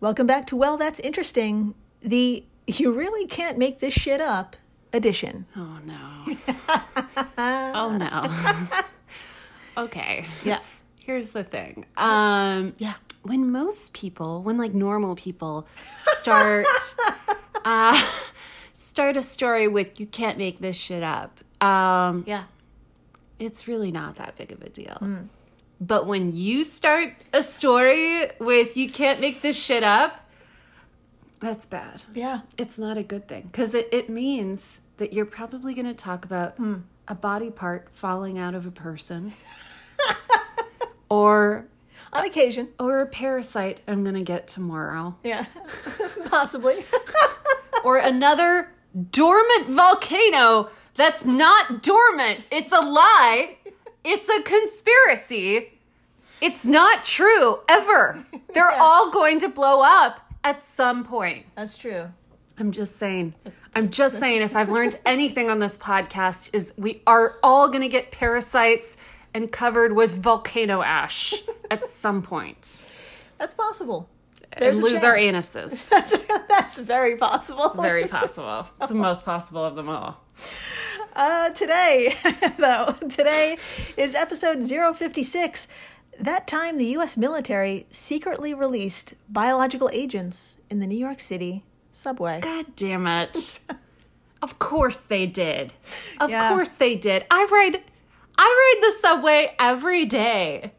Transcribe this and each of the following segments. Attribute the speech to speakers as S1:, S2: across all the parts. S1: Welcome back to Well, That's Interesting, the You Really Can't Make This Shit Up edition.
S2: Oh no. oh no. okay.
S1: Yeah.
S2: Here's the thing. Um
S1: Yeah.
S2: when most people, when like normal people start uh start a story with you can't make this shit up. Um
S1: Yeah. Hmm.
S2: it's really not that big of a deal. But when you start a story with you can't make this shit up, that's bad.
S1: Yeah.
S2: It's not a good thing because it, it means that you're probably going to talk about a body part falling out of a person or
S1: On occasion.
S2: or a parasite I'm going to get tomorrow
S1: Yeah. Possibly.
S2: or another dormant volcano that's not dormant. It's a lie. It's a conspiracy. It's not true ever. They're all going to blow up at some point.
S1: That's true.
S2: I'm just saying. I'm just saying if I've learned anything on this podcast is we are all going to get parasites and covered with volcano ash at some point
S1: That's possible.
S2: and lose our
S1: chance.
S2: anuses.
S1: That's, that's very possible.
S2: Very possible. It's the most possible of them all.
S1: Uh, today, though, today is episode 056. That time, the U.S. military secretly released biological agents in the New York City subway.
S2: God damn it. of course they did. Of
S1: Yeah.
S2: course they did. I ride I ride the subway every day.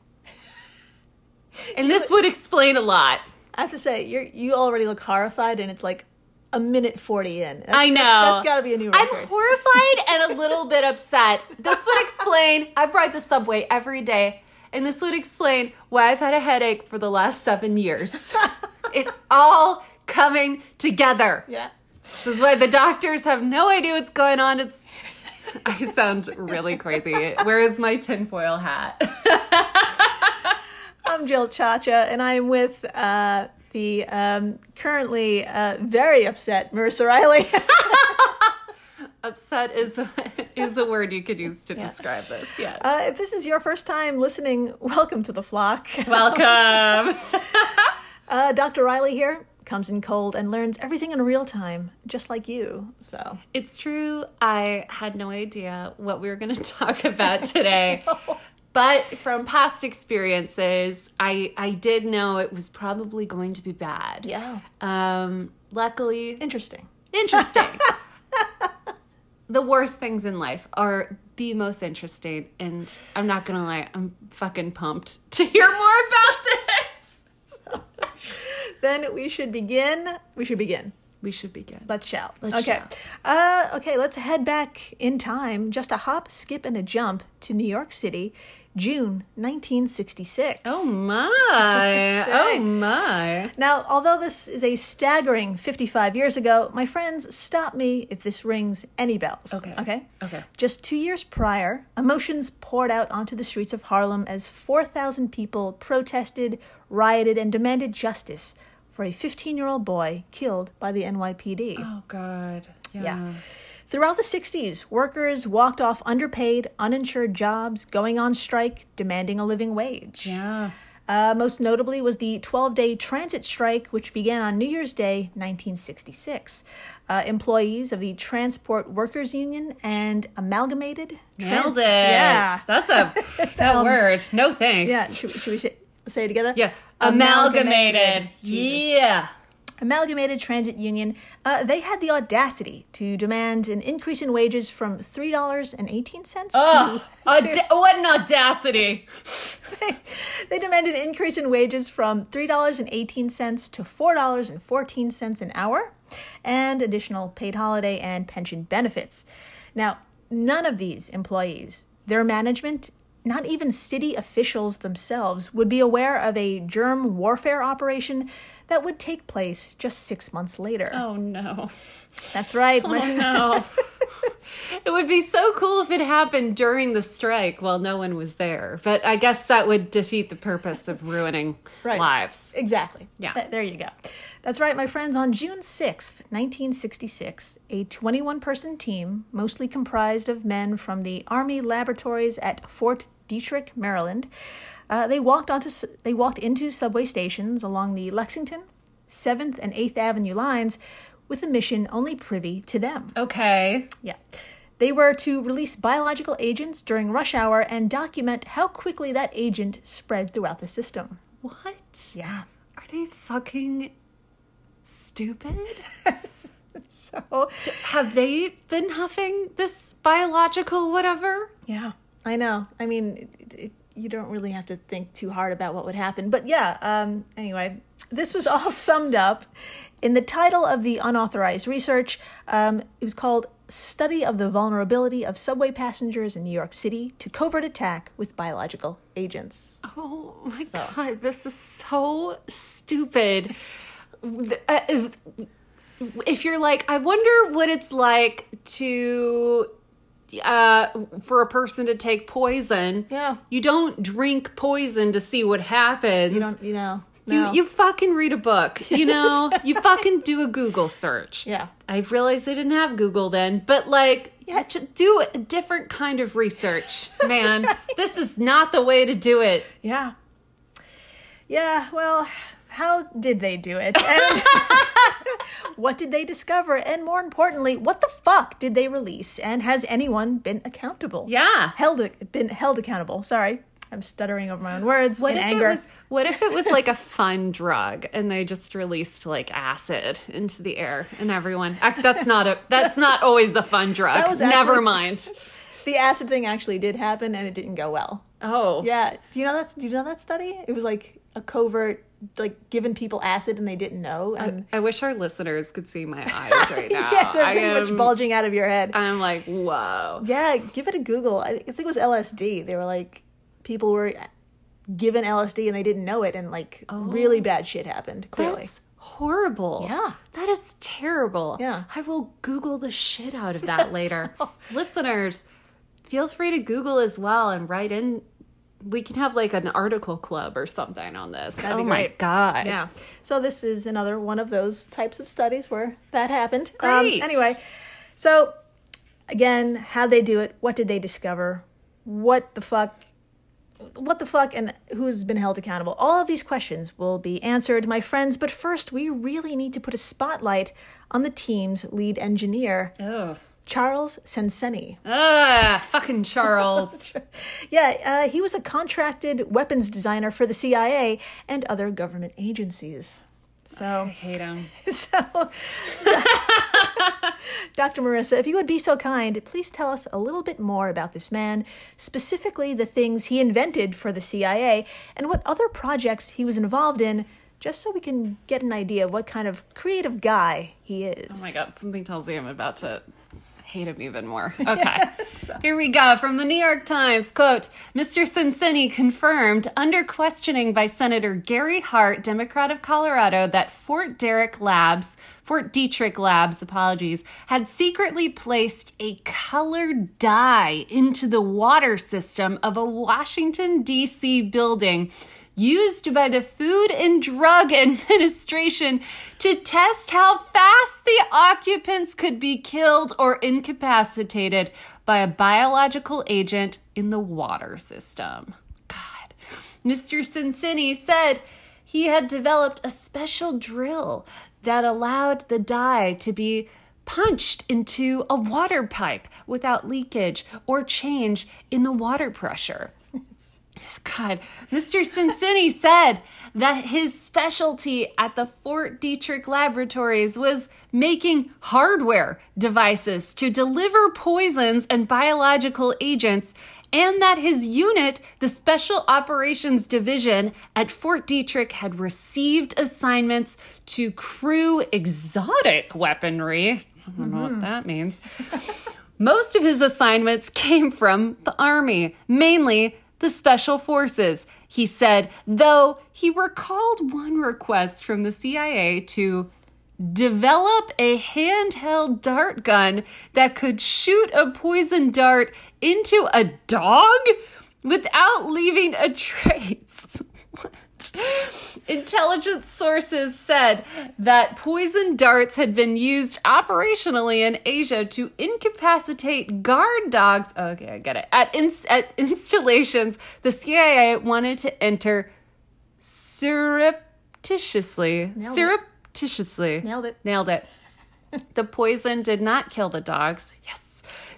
S2: And this would explain a lot.
S1: I have to say, you you already look horrified, and it's like a minute 40 in. That's-
S2: I know.
S1: That's, that's got to be a new
S2: I'm
S1: record.
S2: horrified and a little bit upset. This would explain I've ride the subway every day, and this would explain why I've had a headache for the last seven years. it's all coming together.
S1: yeah.
S2: This is why the doctors have no idea what's going on. It's I sound really crazy. Where is my tinfoil hat?
S1: I'm Jill Chacha, and I'm with uh, the um, currently uh, very upset Marissa Riley.
S2: Upset is is a word you could use to describe this. Yeah.
S1: uh, if this is your first time listening, welcome to the flock.
S2: Welcome.
S1: Uh, Dr. Riley here comes in cold and learns everything in real time, just like you. So,
S2: It's true. I had no idea what we were going to talk about today. But from past experiences, I I did know it was probably going to be bad.
S1: yeah,
S2: Um luckily
S1: interesting.
S2: interesting. the worst things in life are the most interesting, and I'm not gonna lie, I'm fucking pumped to hear more about this.
S1: Then we should begin. We should begin.
S2: We should begin.
S1: Let's shout.
S2: Let's
S1: okay.
S2: shout.
S1: Uh, okay, let's head back in time, just a hop, skip, and a jump to New York City, June 1966.
S2: Oh my!
S1: right.
S2: oh my!
S1: Now, although this is a staggering 55 years ago, my friends, stop me if this rings any bells.
S2: Okay.
S1: Okay?
S2: Okay.
S1: Just two years prior, emotions poured out onto the streets of Harlem as 4,000 people protested, rioted, and demanded justice for a 15 year old boy killed by the NYPD.
S2: Oh god! Yeah.
S1: Yeah. Throughout the 60s, workers walked off underpaid, uninsured jobs, going on strike, demanding a living wage.
S2: Yeah.
S1: Uh, most notably was the 12 day transit strike, which began on New Year's Day 1966. Uh, employees of the Transport Workers Union and Amalgamated. Tran-
S2: Nailed it.
S1: Yeah.
S2: That's a that word. No thanks.
S1: yeah. Should, should we say, say it together?
S2: Yeah. Amalgamated.
S1: Jesus.
S2: Yeah.
S1: Amalgamated Transit Union, uh, they had the audacity to demand an increase in wages from $3.18
S2: Oh,
S1: to.
S2: aud- what an audacity!
S1: they demanded an increase in wages from $3.18 to $4.14 an hour and additional paid holiday and pension benefits. Now, none of these employees, their management, not even city officials themselves would be aware of a germ warfare operation that would take place just six months later.
S2: Oh no.
S1: That's right. my-
S2: Oh no. it would be so cool if it happened during the strike while no one was there. But I guess that would defeat the purpose of ruining
S1: Right.
S2: lives.
S1: Exactly.
S2: Yeah.
S1: Th- there you go. That's right, my friends. On June 6th, 1966, a 21 person team, mostly comprised of men from the Army laboratories at Fort Detrick, Maryland, uh, they, walked onto, s- they walked into subway stations along the Lexington, 7th, and 8th Avenue lines with a mission only privy to them.
S2: Okay.
S1: Yeah. They were to release biological agents during rush hour and document how quickly that agent spread throughout the system.
S2: What?
S1: Yeah.
S2: Are they fucking stupid?
S1: So,
S2: Have they been huffing this biological whatever?
S1: yeah, I know. I mean, it, it, you don't really have to think too hard about what would happen. But yeah, um, anyway, this was all summed up in the title of the unauthorized research. Um, it was called Study of the Vulnerability of Subway Passengers in New York City to Covert Attack with Biological Agents.
S2: Oh my god, this is so stupid. Th- uh, If if you're like, I wonder what it's like to uh for a person to take poison.
S1: Yeah.
S2: You don't drink poison to see what happens.
S1: You don't, you know.
S2: You,
S1: no.
S2: you fucking read a book, you know? you fucking do a Google search.
S1: Yeah.
S2: I realized they didn't have Google then, but like,
S1: Yeah.
S2: j- do a different kind of research, man. This is not the way to do it.
S1: Yeah. Yeah, well, how did they do it? And what did they discover? And more importantly, what the fuck did they release? And has anyone been accountable?
S2: Yeah.
S1: Held been held accountable. Sorry. I'm stuttering over my own words
S2: What
S1: in
S2: if
S1: anger.
S2: it was what if it was like a fun drug and they just released like acid into the air and everyone act that's not a that's not always a fun drug.
S1: was
S2: Never
S1: actually-
S2: mind.
S1: the acid thing actually did happen and it didn't go well.
S2: Oh.
S1: Yeah. Do you know that's do you know that study? It was like a covert like giving people acid and they didn't know and
S2: I wish our listeners could see my eyes right now.
S1: yeah, they're
S2: I
S1: pretty much
S2: am-
S1: bulging out of your head.
S2: I'm like, whoa.
S1: Yeah, give it a Google. I think it was LSD. They were like, people were given LSD and they didn't know it, and like really bad shit happened. Clearly,
S2: Oh. That's horrible.
S1: Yeah.
S2: That is terrible.
S1: Yeah.
S2: I will Google the shit out of that later. Listeners, feel free to Google as well and write in. We can have like an article club or something on this.
S1: be
S2: oh my
S1: great.
S2: God.
S1: yeah. So this is another one of those types of studies where that happened. Um,
S2: Great.
S1: anyway, so again, how they do it? What did they discover? What the fuck? What the fuck? And who's been held accountable? All of these questions will be answered, my friends. But first, we really need to put a spotlight on the team's lead engineer,
S2: Ugh.
S1: Charles Senseni.
S2: Ugh, fucking Charles.
S1: Yeah, uh, he was a contracted weapons designer for the CIA and other government agencies.
S2: I
S1: So,
S2: hate him.
S1: so Dr. Marissa, if you would be so kind, please tell us a little bit more about this man, specifically the things he invented for the CIA and what other projects he was involved in, just so we can get an idea of what kind of creative guy he is.
S2: Oh my God, something tells me I'm about to hate him even more. Okay. Here we go from the New York Times. Quote Mr. Cincinnati confirmed under questioning by Senator Gary Hart, Democrat of Colorado, that Fort Derrick Labs, Fort Detrick Labs, apologies, had secretly placed a colored dye into the water system of a Washington, D.C. building used by the Food and Drug Administration to test how fast the occupants could be killed or incapacitated by a biological agent in the water system. God. Mr. Cincinnati said he had developed a special drill that allowed the dye to be punched into a water pipe without leakage or change in the water pressure. God, Mr. Cincinnati said that his specialty at the Fort Detrick Laboratories was making hardware devices to deliver poisons and biological agents, and that his unit, the Special Operations Division at Fort Detrick, had received assignments to crew exotic weaponry. I don't know what that means. Most of his assignments came from the Army, mainly the Special Forces. He said, though he recalled one request from the CIA to develop a handheld dart gun that could shoot a poison dart into a dog without leaving a trace. What? Intelligence sources said that poison darts had been used operationally in Asia to incapacitate guard dogs. Okay, I get it. At, ins- at installations, the CIA wanted to enter surreptitiously. Surrep- surreptitiously.
S1: Nailed it.
S2: Nailed it. the poison did not kill the dogs. Yes.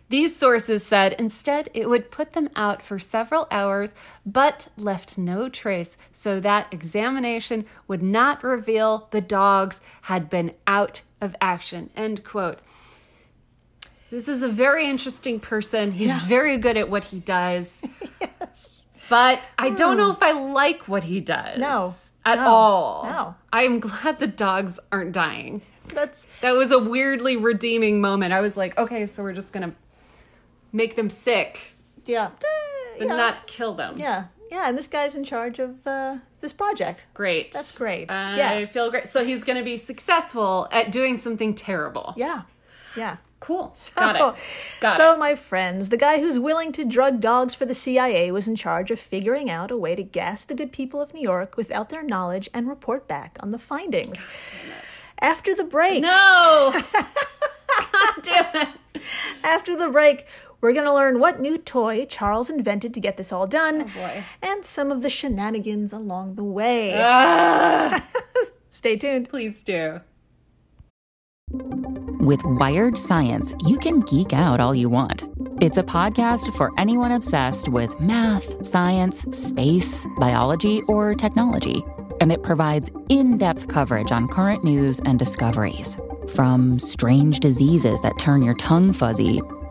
S2: These sources said instead it would put them out for several hours, but left no trace, so that examination would not reveal the dogs had been out of action. End quote. This is a very interesting person. He's very good at what he does.
S1: Yes.
S2: But I don't know if I like what he does.
S1: Hmm. No,
S2: At
S1: no,
S2: all.
S1: no.
S2: I'm glad the dogs aren't dying.
S1: That's
S2: That was a weirdly redeeming moment. I was like, okay, so we're just going to make them sick,
S1: yeah.
S2: but
S1: yeah.
S2: not kill them.
S1: yeah. Yeah, and this guy's in charge of uh, this project.
S2: Great.
S1: That's great.
S2: I
S1: Yeah.
S2: feel great. So he's going to be successful at doing something terrible.
S1: Yeah. Yeah. Oh,
S2: Cool. Got it. Got
S1: so,
S2: it.
S1: my friends, the guy who's willing to drug dogs for the CIA was in charge of figuring out a way to gas the good people of New York without their knowledge and report back on the findings. After the break,
S2: No. God damn it.
S1: after the break, we're going to learn what new toy Charles invented to get this all done
S2: Oh, boy. Uh.
S1: and some of the shenanigans along the way. Ah.
S2: Ugh.
S1: Stay tuned.
S2: please do.
S3: With Wired Science, you can geek out all you want. It's a podcast for anyone obsessed with math, science, space, biology, or technology. And it provides in depth coverage on current news and discoveries. From strange diseases that turn your tongue fuzzy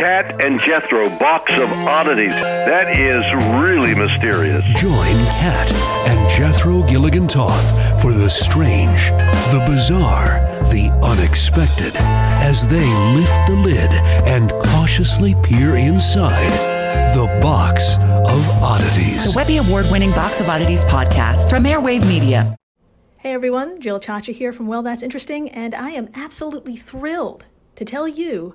S4: Cat and Jethro Box of Oddities. That is really mysterious.
S5: Join Kat and Jethro Gilligan Toth for the strange, the bizarre, the unexpected as they lift the lid and cautiously peer inside the box of oddities.
S6: Webby Award winning Box of Oddities podcast from Airwave Media.
S1: Hey everyone, Jill Chacha here from Well That's Interesting, and I am absolutely thrilled to tell you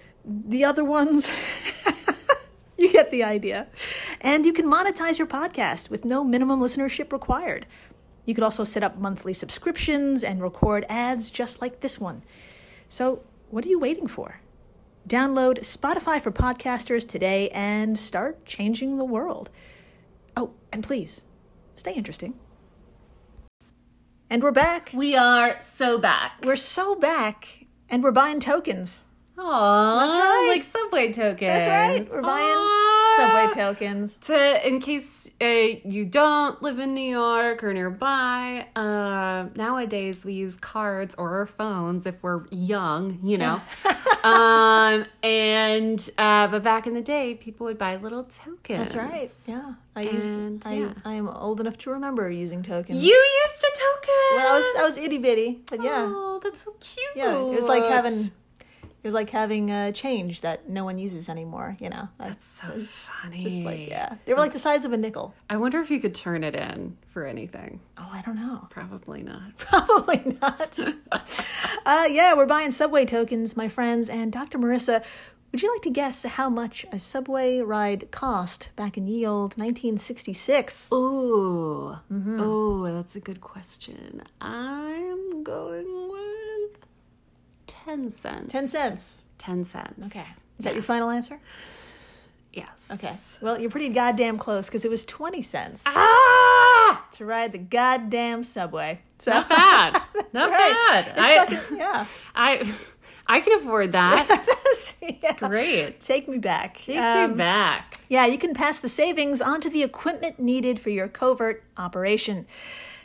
S1: the other ones. you get the idea. And you can monetize your podcast with no minimum listenership required. You could also set up monthly subscriptions and record ads just like this one. So, what are you waiting for? Download Spotify for podcasters today and start changing the world. Oh, and please stay interesting. And we're back.
S2: We are so back.
S1: We're so back, and we're buying tokens.
S2: Aww,
S1: That's right.
S2: Like subway tokens.
S1: That's right. We're buying
S2: Aw.
S1: subway tokens.
S2: To, in case uh, you don't live in New York or nearby, uh, nowadays we use cards or our phones if we're young, you know. um, and uh, but back in the day, people would buy little tokens.
S1: That's right. Yeah, I used.
S2: And,
S1: I
S2: yeah.
S1: I am old enough to remember using tokens.
S2: You used a token.
S1: Well, I was I was itty bitty, but yeah,
S2: Oh, that's so cute.
S1: yeah. It was like having. It was like having uh, change that no one uses anymore. You know. That's
S2: So funny.
S1: just like yeah, they were like the size of a nickel.
S2: I wonder if you could turn it in for anything.
S1: Oh, I don't know.
S2: Probably not.
S1: Probably not. uh, yeah, we're buying subway tokens, my friends, and Dr. Marissa
S7: Would you like to guess how much a subway ride cost back in ye old 1966?
S2: Ooh. Ooh, Oh, that's a good question. I'm going with 10 cents.
S7: 10 cents.
S2: 10 cents.
S7: Okay. Is that your final answer?
S2: Yes.
S7: Okay. Well, you're pretty goddamn close because it was 20 cents
S2: Ah!
S7: to ride the goddamn subway. So
S2: Not bad. Not
S7: right.
S2: bad.
S7: It's
S2: I,
S7: fucking- yeah.
S2: I, I can afford that.
S7: Yeah.
S2: Great.
S7: Take me back.
S2: Take
S7: Um,
S2: me back.
S7: Yeah, you can pass the savings onto the equipment needed for your covert operation.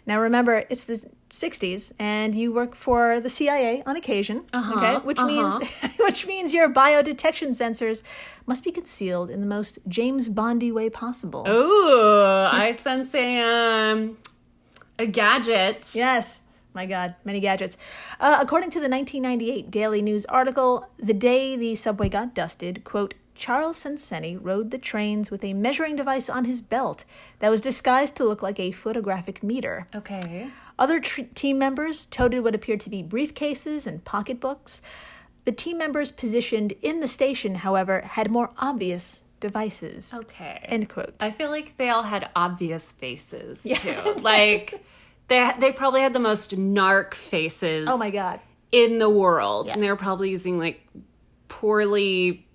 S7: Now, remember, it's the 60s, and you work for the CIA on occasion,
S2: Uh-huh,
S7: okay? Which means, which means your biodetection sensors must be concealed in the most James Bondy way possible.
S2: Ooh, I sense a um a gadget.
S7: Yes. My God, many gadgets. Uh, according to the 1998 Daily News article, the day the subway got dusted, quote, Charles Senseni rode the trains with a measuring device on his belt that was disguised to look like a photographic meter.
S2: Oh. Okay.
S7: Other tr- team members toted what appeared to be briefcases and pocketbooks. The team members positioned in the station, however, had more obvious devices.
S2: Okay.
S7: End quote.
S2: I feel like they all had obvious faces too. like they they probably had the most narc faces.
S7: oh my God.
S2: In the world, and they were probably using like poorly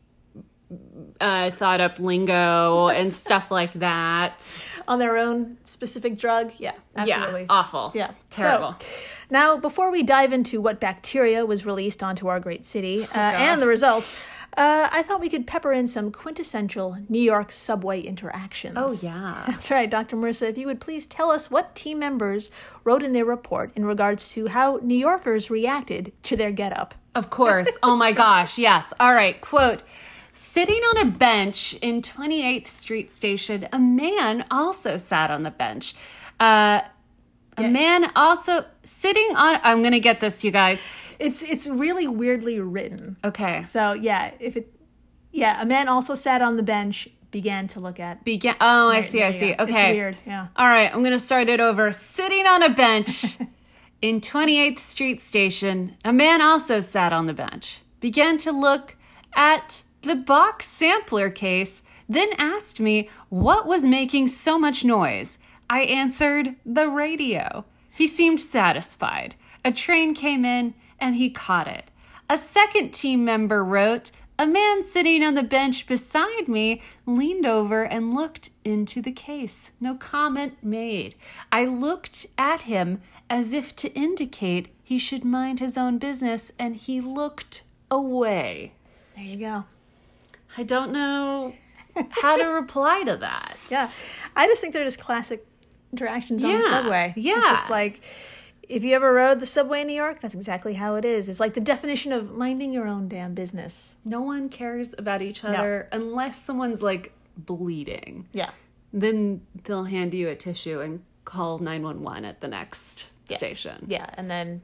S2: uh, thought up lingo and stuff like that.
S7: on their own specific drug. Yeah, absolutely.
S2: Yeah, awful.
S7: Yeah,
S2: terrible.
S7: So, now, before we dive into what bacteria was released onto our great city uh, and the results, uh, I thought we could pepper in some quintessential New York subway interactions.
S2: Oh, yeah.
S7: That's right, Dr. Marissa. If you would please tell us what team members wrote in their report in regards to how New Yorkers reacted to their getup.
S2: Of course. Oh my gosh. Yes. All right. Quote Sitting on a bench in 28th Street Station, a man also sat on the bench. Uh, a man also sitting on. I'm going to get this, you guys.
S7: It's it's really weirdly written.
S2: Okay.
S7: So yeah, if it, yeah, a man also sat on the bench, began to look at
S2: Begin. Oh, I see. I
S7: there you
S2: see.
S7: go. It's
S2: Okay.
S7: weird, yeah.
S2: All right. I'm going to start it over. Sitting on a bench in 28th Street Station, a man also sat on the bench, began to look at the box sampler case, then asked me what was making so much noise. I answered, the radio. He seemed satisfied. A train came in and he caught it. A second team member wrote, A man sitting on the bench beside me leaned over and looked into the case. No comment made. I looked at him as if to indicate he should mind his own business, and he looked away.
S7: There you go.
S2: I don't know how to reply to that.
S7: Yeah. I just think they're just classic interactions on the
S2: Yeah,
S7: subway. It's
S2: yeah.
S7: just like if you ever rode the subway in New York, that's exactly how it is. It's like the definition of minding your own damn business.
S2: No one cares about each other unless someone's like bleeding.
S7: Yeah.
S2: Then they'll hand you a tissue and call 911 at the next station.
S7: Yeah. And then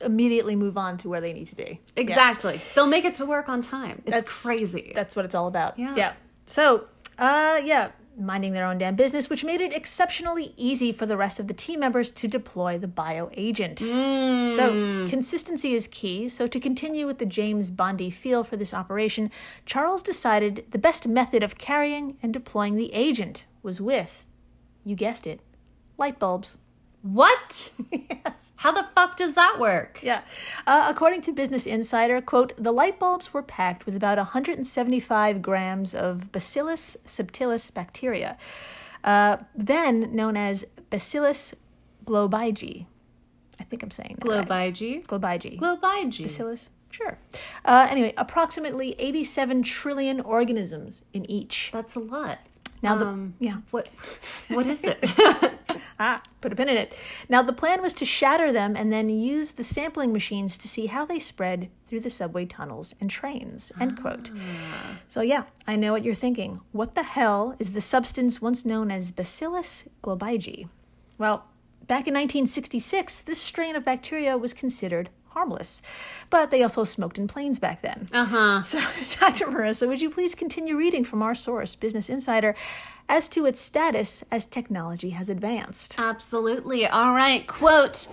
S7: immediately move on to where they need to be.
S2: Exactly. They'll make it to work on time. It's
S7: That's-
S2: crazy.
S7: That's what it's all about.
S2: Yeah.
S7: So, uh, yeah, minding their own damn business, which made it exceptionally easy for the rest of the team members to deploy the bio agent.
S2: Mm.
S7: So, consistency is key. So, to continue with the James Bondy feel for this operation, Charles decided the best method of carrying and deploying the agent was with, you guessed it, light bulbs.
S2: what? How the fuck does that work?
S7: Yeah. Uh, according to Business Insider, quote, the light bulbs were packed with about 175 grams of Bacillus subtilis bacteria, uh, then known as Bacillus globigi. I think I'm saying that right.
S2: Globigi.
S7: Globigi.
S2: Globigi.
S7: Bacillus? Sure. Uh, anyway, approximately 87 trillion organisms in each.
S2: That's a lot.
S7: Now, the,
S2: Um,
S7: yeah.
S2: What what is it?
S7: Ah, put a pin in it. Now, the plan was to shatter them and then use the sampling machines to see how they spread through the subway tunnels and trains. End quote. So, yeah, I know what you're thinking. What the hell is the substance once known as Bacillus globigi? Well, back in 1966, this strain of bacteria was considered harmless, but they also smoked in planes back then. So, Dr. Marissa, would you please continue reading from our source, Business Insider, as to its status as technology has advanced?
S2: Absolutely. All right. Quote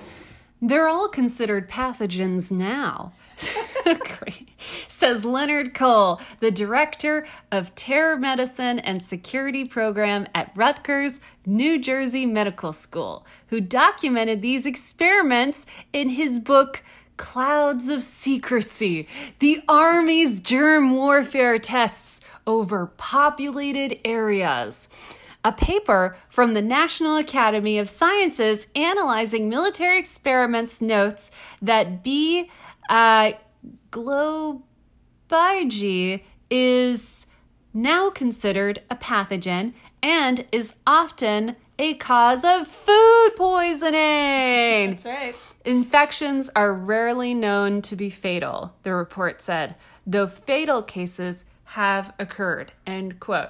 S2: They're all considered pathogens now. Great. Says Leonard Cole, the director of terror medicine and security program at Rutgers New Jersey Medical School, who documented these experiments in his book Clouds of Secrecy The Army's Germ Warfare Tests Over Populated Areas a paper from the National Academy of Sciences analyzing military experiments notes that B. Uh, globigy is now considered a pathogen and is often a cause of food poisoning.
S7: That's right.
S2: Infections are rarely known to be fatal, the report said, though fatal cases have occurred. End quote.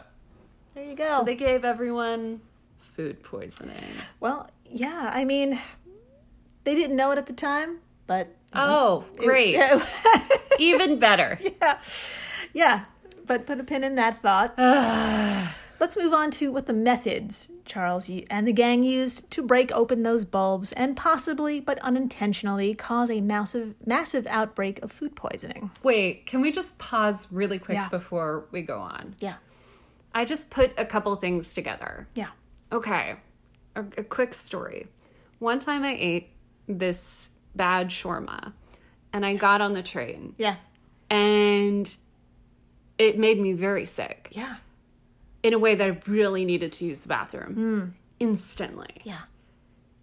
S7: There you go.
S2: So they gave everyone food poisoning.
S7: well, yeah, I mean, they didn't know it at the time, but
S2: Oh, great. Even better.
S7: yeah, but put a pin in that thought. Let's move on to what the methods Charles y- and the gang used to break open those bulbs and possibly, but unintentionally, cause a massive, massive outbreak of food poisoning.
S2: Wait, can we just pause really quick
S7: Yeah.
S2: before we go on?
S7: Yeah,
S2: I just put a couple things together.
S7: yeah.
S2: Okay, a, a quick story. One time I ate this bad shawarma and I got on the train
S7: Yeah.
S2: and it made me very sick
S7: Yeah.
S2: in a way that I really needed to use the bathroom instantly.
S7: Hmm. Yeah.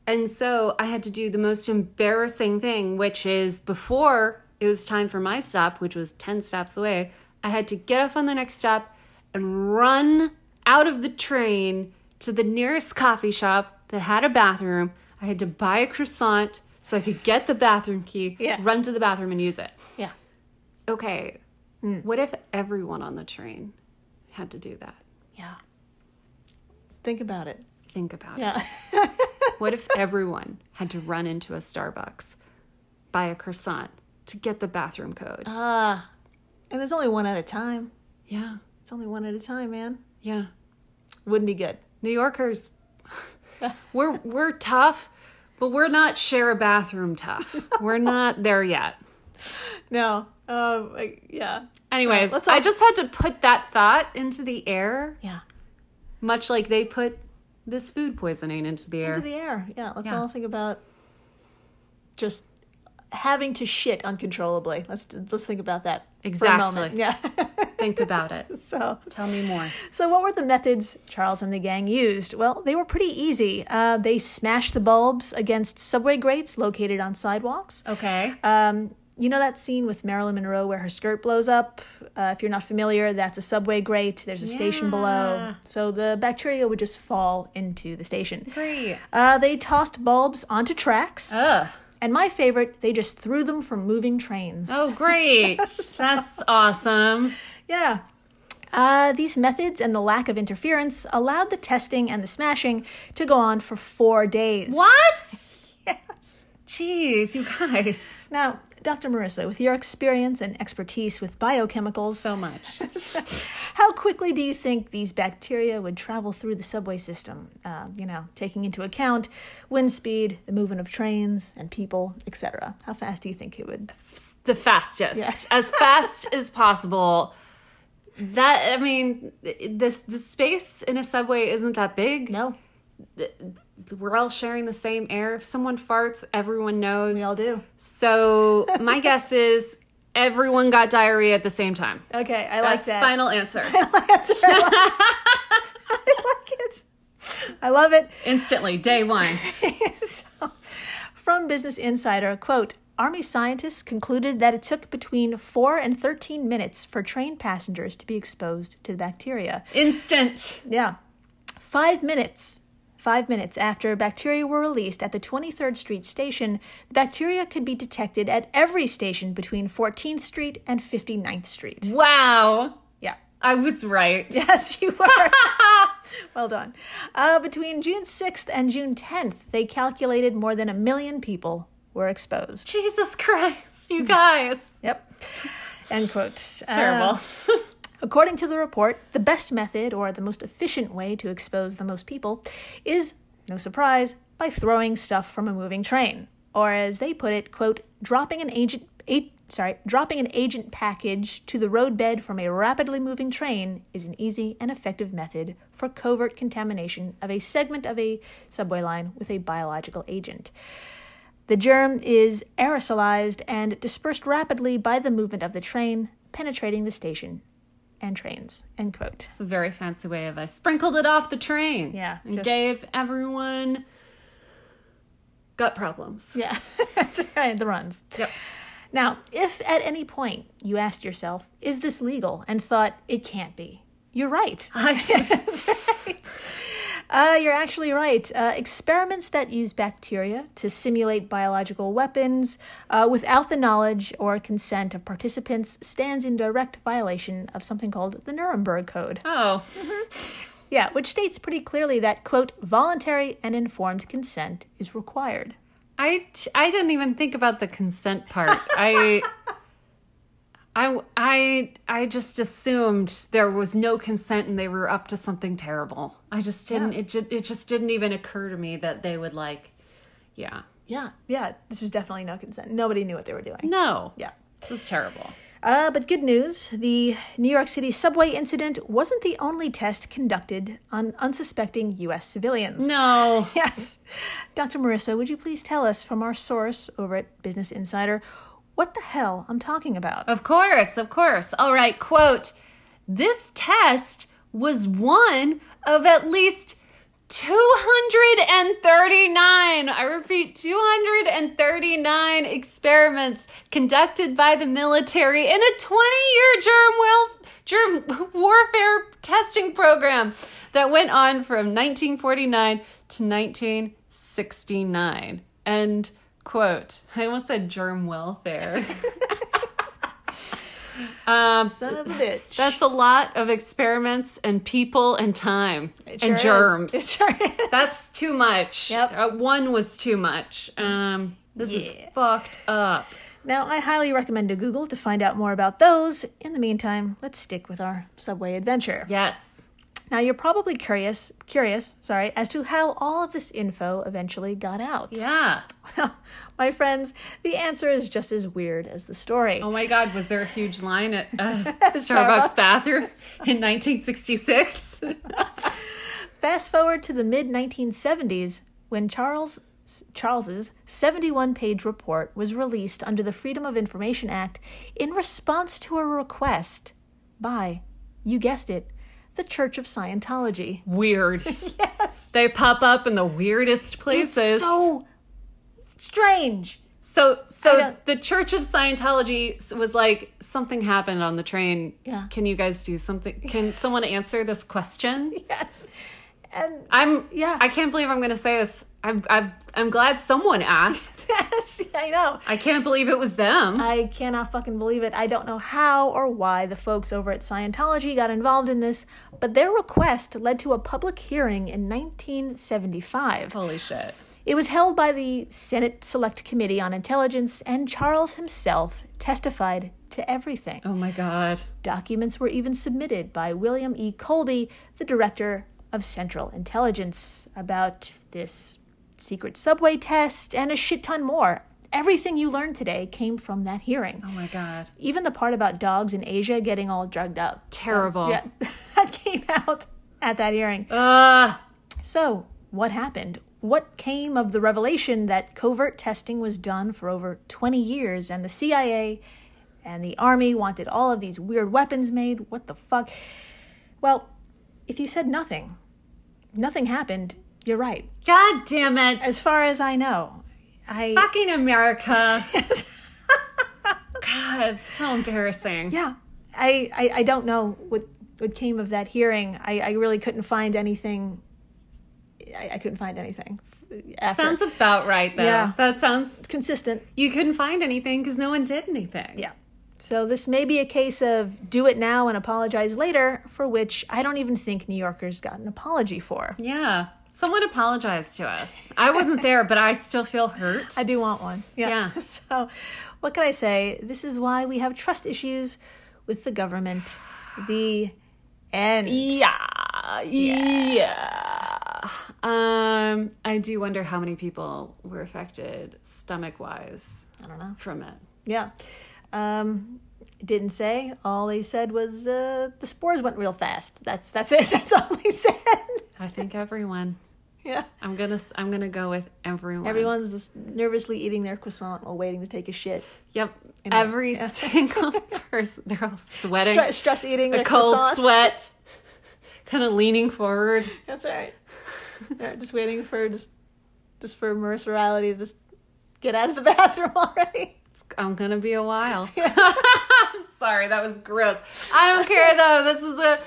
S2: And so I had to do the most embarrassing thing, which is before it was time for my stop, which was 10 stops away, I had to get off on the next stop and run out of the train to the nearest coffee shop that had a bathroom. I had to buy a croissant so I could get the bathroom key,
S7: Yeah.
S2: run to the bathroom, and use it.
S7: Yeah. Hmm.
S2: Okay, what if everyone on the train had to do that?
S7: Yeah. Think about it.
S2: Think about it.
S7: Yeah.
S2: What if everyone had to run into a Starbucks, buy a croissant to get the bathroom code?
S7: and there's only one at a time.
S2: yeah,
S7: It's only one at a time, man.
S2: yeah.
S7: Wouldn't be good.
S2: New Yorkers, we're we're tough, but we're not share a bathroom tough. We're not there yet.
S7: No. Um. like, yeah.
S2: Anyways,
S7: let's
S2: I
S7: all-
S2: just had to put that thought into the air,
S7: Yeah.
S2: much like they put this food poisoning into the air.
S7: Into the air. Yeah. Let's
S2: Yeah.
S7: all think about just having to shit uncontrollably. Let's let's think about that for a moment.
S2: Exactly.
S7: Yeah.
S2: Think about it.
S7: so.
S2: Tell me more.
S7: So, what were the methods Charles and the gang used? Well, they were pretty easy. Uh, they smashed the bulbs against subway grates located on sidewalks.
S2: Okay.
S7: You know that scene with Marilyn Monroe where her skirt blows up? Uh, if you're not familiar, that's a subway grate. There's a station below. So the bacteria would just fall into the station.
S2: Great.
S7: Uh, they tossed bulbs onto tracks. And my favorite, they just threw them from moving trains.
S2: Oh, great. That's awesome.
S7: Yeah. Uh, these methods and the lack of interference allowed the testing and the smashing to go on for four days.
S2: What?
S7: Yes.
S2: Jeez, you guys.
S7: Now, Dr. Marissa, with your experience and expertise with biochemicals,
S2: So much.
S7: How quickly do you think these bacteria would travel through the subway system? Uh, you know, taking into account wind speed, the movement of trains and people, etc. How fast do you think it would?
S2: The fastest. As fast as possible. That I mean, this the space in a subway isn't that big.
S7: No,
S2: We're all sharing the same air. If someone farts, everyone knows.
S7: we all do.
S2: So my guess is everyone got diarrhea at the same time.
S7: Okay, I
S2: That's
S7: like that.
S2: final answer.
S7: answer. I like, I like it. I love it.
S2: Instantly, day one.
S7: From Business Insider, quote, Army scientists concluded that it took between 4 and 13 minutes for train passengers to be exposed to the bacteria.
S2: Instant.
S7: Yeah. Five minutes. Five minutes after bacteria were released at the 23rd Street station, the bacteria could be detected at every station between 14th Street and 59th Street.
S2: Wow.
S7: Yeah.
S2: I was right.
S7: Yes, you were. well done. Uh, between June 6th and June 10th, they calculated more than a million people were exposed.
S2: Jesus Christ, you guys.
S7: Yep. End quote.
S2: Terrible.
S7: According to the report, the best method or the most efficient way to expose the most people is, no surprise, by throwing stuff from a moving train. or as they put it, quote, dropping an agent, a, sorry, dropping an agent package to the roadbed from a rapidly moving train is an easy and effective method for covert contamination of a segment of a subway line with a biological agent. The germ is aerosolized and dispersed rapidly by the movement of the train, penetrating the station and trains. End quote.
S2: It's a very fancy way of I sprinkled it off the train.
S7: Yeah,
S2: And
S7: just-
S2: gave everyone gut problems.
S7: Yeah, that's right, the runs.
S2: Yep.
S7: Now, if at any point you asked yourself, is this legal? and thought, it can't be, you're right. Uh, you're actually right. Uh, experiments that use bacteria to simulate biological weapons uh, without the knowledge or consent of participants stands in direct violation of something called the Nuremberg Code.
S2: oh.
S7: Yeah, which states pretty clearly that, quote, voluntary and informed consent is required.
S2: I I didn't even think about the consent part. I I I I just assumed there was no consent and they were up to something terrible. I just didn't it just, it just didn't even occur to me that they would like yeah.
S7: Yeah. Yeah, this was definitely no consent. Nobody knew what they were doing.
S2: No.
S7: Yeah.
S2: This is terrible.
S7: Uh, but good news the New York City subway incident wasn't the only test conducted on unsuspecting U.S. civilians.
S2: No.
S7: Yes. Dr. Marissa, would you please tell us from our source over at Business Insider what the hell I'm talking about?
S2: Of course, of course. All right, quote This test was one of at least 239, I repeat, 239 experiments conducted by the military in a 20 year germ, wel- germ warfare testing program that went on from 1949 to 1969. End quote. I almost said germ welfare. Um,
S7: Son of a bitch.
S2: that's a lot of experiments and people and time
S7: It
S2: and
S7: sure is.
S2: germs.
S7: It sure is.
S2: That's too much.
S7: Yep.
S2: Uh, one was too much. Um, this
S7: Yeah.
S2: is fucked up.
S7: Now, I highly recommend to Google to find out more about those. In the meantime, let's stick with our subway adventure.
S2: Yes.
S7: Now, you're probably curious, curious, sorry, as to how all of this info eventually got out.
S2: Yeah.
S7: Well, my friends, the answer is just as weird as the story.
S2: Oh my God, was there a huge line at uh,
S7: Starbucks.
S2: Starbucks bathrooms in 1966?
S7: Fast forward to the mid 1970s when Charles Charles's 71-page report was released under the Freedom of Information Act in response to a request by, you guessed it, the Church of Scientology.
S2: Weird. yes. They pop up in the weirdest places.
S7: So strange.
S2: So, so
S7: don't-
S2: the Church of Scientology s- was like something happened on the train.
S7: Yeah.
S2: Can you guys do something? Can someone answer this question?
S7: Yes. And
S2: I'm.
S7: Yeah.
S2: I can't believe I'm going to say this. I'm. I'm. I'm glad someone asked.
S7: yes, I know.
S2: I can't believe it was them.
S7: I cannot fucking believe it. I don't know how or why the folks over at Scientology got involved in this, but their request led to a public hearing in 1975.
S2: Holy shit.
S7: It was held by the Senate Select Committee on Intelligence, and Charles himself testified to everything.
S2: Oh my god.
S7: Documents were even submitted by William E. Colby, the director of Central Intelligence, about this secret subway test and a shit ton more. Everything you learned today came from that hearing.
S2: Oh my god.
S7: Even the part about dogs in Asia getting all drugged up.
S2: Terrible.
S7: Yeah, that came out at that hearing.
S2: Uh,
S7: So, what happened? What came of the revelation that covert testing was done for over 20 years and the CIA and the Army wanted all of these weird weapons made? What the fuck? Well, if you said nothing, nothing happened, you're right.
S2: god damn it.
S7: As far as I know, I.
S2: Fucking America. god, it's so embarrassing.
S7: Yeah, I, I, I don't know what, what came of that hearing. I, I really couldn't find anything. I, I couldn't find anything. After.
S2: Sounds about right though.
S7: Yeah.
S2: That sounds.
S7: consistent.
S2: You couldn't find anything because no one did anything.
S7: Yeah. So this may be a case of do it now and apologize later, for which I don't even think New Yorkers got an apology for.
S2: Yeah. Someone apologized to us. I wasn't there, but I still feel hurt.
S7: I do want one. Yeah.
S2: Yeah.
S7: So what can I say? This is why we have trust issues with the government. The end.
S2: Yeah. Yeah. Um, I do wonder how many people were affected stomach wise. I don't know from it.
S7: Yeah. Um, it didn't say. All they said was uh, the spores went real fast. That's that's it. That's all they said.
S2: I think everyone.
S7: yeah.
S2: I'm gonna. s- I'm gonna go with everyone.
S7: Everyone's just nervously eating their croissant while waiting to take a shit.
S2: Yep. Every single person. They're all sweating.
S7: Stre- stress eating
S2: a
S7: their
S2: cold
S7: croissant.
S2: sweat. Kind of leaning forward.
S7: That's all right. They're just waiting for just just for Marissa Riley to just get out of the bathroom already.
S2: I'm gonna be a while. I'm sorry, that was gross. I don't care though. This is a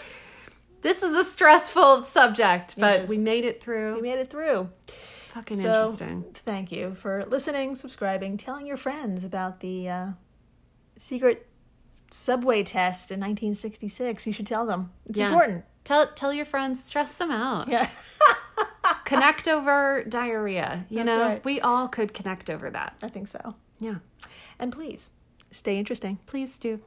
S2: this is a stressful subject, but
S7: is.
S2: we made it through.
S7: We made it through.
S2: Fucking
S7: So,
S2: interesting.
S7: Thank you for listening, subscribing, telling your friends about the uh, secret subway test in 1966. You should tell them. It's
S2: Yeah.
S7: important.
S2: Tell tell your friends, stress them out.
S7: Yeah.
S2: connect over diarrhea. You
S7: That's
S2: know,
S7: right.
S2: we all could connect over that.
S7: I think so.
S2: Yeah,
S7: And please stay interesting.
S2: please do.